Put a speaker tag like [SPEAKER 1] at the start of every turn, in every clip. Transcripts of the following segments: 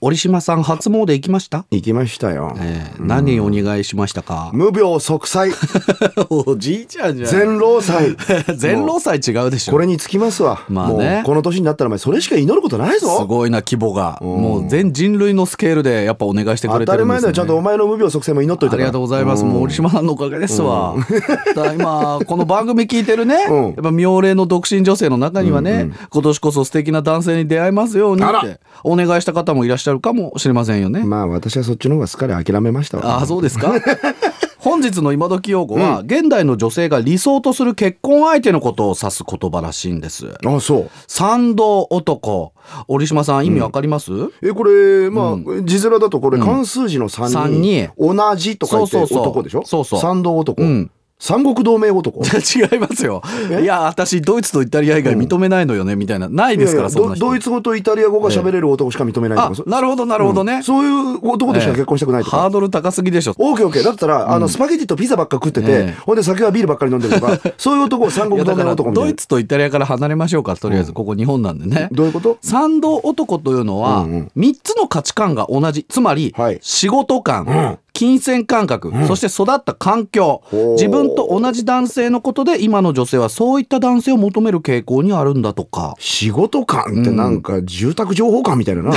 [SPEAKER 1] 折島さん初詣行きました、
[SPEAKER 2] 行きましたよ。
[SPEAKER 1] えー何お願いしました か、
[SPEAKER 2] 無病 息災、
[SPEAKER 1] おじいちゃんじ
[SPEAKER 2] 全労 災。
[SPEAKER 1] 全労祭違うでしょ
[SPEAKER 2] これに尽きますわ。
[SPEAKER 1] まあね
[SPEAKER 2] もうこの年になったらお前それしか祈ることない
[SPEAKER 1] す
[SPEAKER 2] ぞ。
[SPEAKER 1] ごいな規模が、もう全人類のスケールでやっぱお願いしてく
[SPEAKER 2] 当
[SPEAKER 1] れ
[SPEAKER 2] た
[SPEAKER 1] て
[SPEAKER 2] り
[SPEAKER 1] るんで
[SPEAKER 2] 前
[SPEAKER 1] す、ね、
[SPEAKER 2] だよ。ちゃんとお前の無病息災も祈っとい
[SPEAKER 1] あ
[SPEAKER 2] たか
[SPEAKER 1] り
[SPEAKER 2] ら。
[SPEAKER 1] がとうございます。もう折島さんのおかげですわ。だから今、この番組聞いてるね、
[SPEAKER 2] うん
[SPEAKER 1] やっぱ妙齢の独身女性の中にはね、今年こそ素敵な男性に出会えますように
[SPEAKER 2] あ
[SPEAKER 1] っ
[SPEAKER 2] ら
[SPEAKER 1] て、お願いした方もいらっしゃるかもしれませんよね。
[SPEAKER 2] まあ私はそっちの方がすっかり諦めましたわ。
[SPEAKER 1] ああ、そう ですか本日の今時用語は、現代の女性が理想とする結婚相手のことを指す言葉らしいんです。
[SPEAKER 2] あ、そう。
[SPEAKER 1] 賛同男。折島さん、意味わかります、
[SPEAKER 2] え、これ、まあ、字面だとこれ漢数字の3
[SPEAKER 1] 三
[SPEAKER 2] に
[SPEAKER 1] に、
[SPEAKER 2] 同じと書いて
[SPEAKER 1] そうそうそう
[SPEAKER 2] 男でしょ
[SPEAKER 1] そうそう
[SPEAKER 2] 三道男
[SPEAKER 1] うん。
[SPEAKER 2] 三国同盟男。
[SPEAKER 1] 違いますよ。いや、私、ドイツとイタリア以外認めないのよね、みたいな。ない
[SPEAKER 2] い
[SPEAKER 1] で
[SPEAKER 2] や
[SPEAKER 1] す
[SPEAKER 2] い
[SPEAKER 1] か
[SPEAKER 2] や
[SPEAKER 1] ら、そん
[SPEAKER 2] ド
[SPEAKER 1] な人。
[SPEAKER 2] ドイツ語とイタリア語が喋れる男しか認めない
[SPEAKER 1] あ
[SPEAKER 2] とか、そ
[SPEAKER 1] なるほど、なるほどね。
[SPEAKER 2] そういう男としか結婚したくないと
[SPEAKER 1] ハ
[SPEAKER 2] か
[SPEAKER 1] ー。ドル高すぎでしょ。
[SPEAKER 2] オーケーオーケー。だったら、あの、スパゲティとピザばっか食ってて、
[SPEAKER 1] ええ
[SPEAKER 2] ほんで酒はビールばっかり飲んでると か、そういう男を三
[SPEAKER 1] い
[SPEAKER 2] 国
[SPEAKER 1] や
[SPEAKER 2] 同
[SPEAKER 1] だ
[SPEAKER 2] 盟
[SPEAKER 1] から
[SPEAKER 2] 男みた
[SPEAKER 1] ド
[SPEAKER 2] い
[SPEAKER 1] イ
[SPEAKER 2] な。
[SPEAKER 1] ツとイタリアから離れましょうかとりあえずここ日本なんでね、
[SPEAKER 2] どういうこと
[SPEAKER 1] 賛同男というのは
[SPEAKER 2] うんうん
[SPEAKER 1] 3つの価値観が同じつまり
[SPEAKER 2] はい
[SPEAKER 1] 仕事観、
[SPEAKER 2] ん
[SPEAKER 1] 金銭感覚、そして育った環境
[SPEAKER 2] ほう
[SPEAKER 1] 自分と同じ男性のことで今の女性はそういった男性を求める傾向にあるんだとか
[SPEAKER 2] 仕事感ってなんか住宅情報館みた いなな、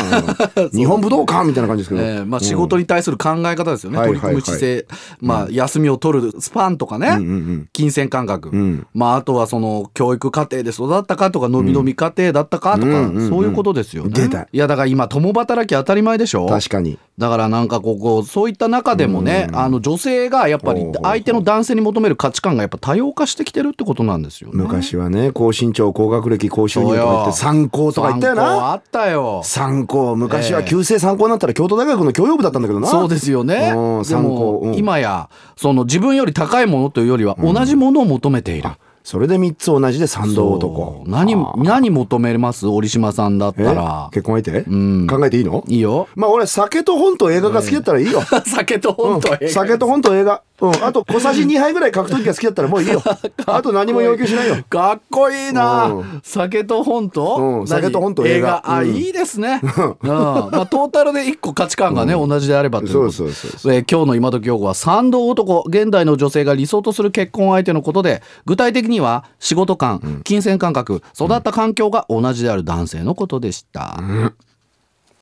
[SPEAKER 2] 日本武道館みたいな感じですけど、
[SPEAKER 1] えーまあ、仕事に対する考え方ですよね、
[SPEAKER 2] はいはい
[SPEAKER 1] 取り組む姿勢、まあ、休みを取るスパンとかね、金銭感覚、
[SPEAKER 2] ん
[SPEAKER 1] まあ、あとはその教育過程で育ったかとか伸び伸び家庭だったかとか、そういうことですよね。
[SPEAKER 2] 出た
[SPEAKER 1] いやだから今共働き当たり前でしょ
[SPEAKER 2] 確かに
[SPEAKER 1] だからなんかここそういった中でもね、あの女性がやっぱり
[SPEAKER 2] ほうほうほう
[SPEAKER 1] 相手の男性に求める価値観がやっぱ多様化してきてるってことなんですよね。
[SPEAKER 2] 昔はね高身長高学歴高収入とか言って
[SPEAKER 1] そう
[SPEAKER 2] 参考とか言ったよ
[SPEAKER 1] 参考
[SPEAKER 2] な
[SPEAKER 1] あったよ
[SPEAKER 2] 参考昔は
[SPEAKER 1] ええ
[SPEAKER 2] 旧制参考になったら京都大学の教養部だったんだけどな
[SPEAKER 1] そうですよね。で
[SPEAKER 2] うん参考う
[SPEAKER 1] も
[SPEAKER 2] ん
[SPEAKER 1] 今やその自分より高いものというよりは同じものを求めている。
[SPEAKER 2] それで3つ同じで三道
[SPEAKER 1] そ
[SPEAKER 2] 男
[SPEAKER 1] う何
[SPEAKER 2] あー
[SPEAKER 1] 何求めます折島さんだった
[SPEAKER 2] え
[SPEAKER 1] ら。
[SPEAKER 2] 結婚相手、
[SPEAKER 1] ん
[SPEAKER 2] 考えていいの。
[SPEAKER 1] いいよ
[SPEAKER 2] まあ俺酒と本と映画が好きだったらいいよ、
[SPEAKER 1] 酒と
[SPEAKER 2] うん
[SPEAKER 1] 本と映画
[SPEAKER 2] 酒と本と映画、うん、あと小さじ2杯ぐらい書くときが好きだったらもういい よあと何も要求しないよ
[SPEAKER 1] かっこいいな、
[SPEAKER 2] うん
[SPEAKER 1] 酒と本と、
[SPEAKER 2] うん
[SPEAKER 1] 何
[SPEAKER 2] 酒と本と映画
[SPEAKER 1] あ、
[SPEAKER 2] うん
[SPEAKER 1] いいです ね、うんまあ、トータルで一個価値観がね、同じであればということ
[SPEAKER 2] そうそうそう
[SPEAKER 1] えー今日の今時用語は賛同男現代の女性が理想とする結婚相手のことで具体的には仕事観、金銭感覚育った環境が同じである男性のことでした、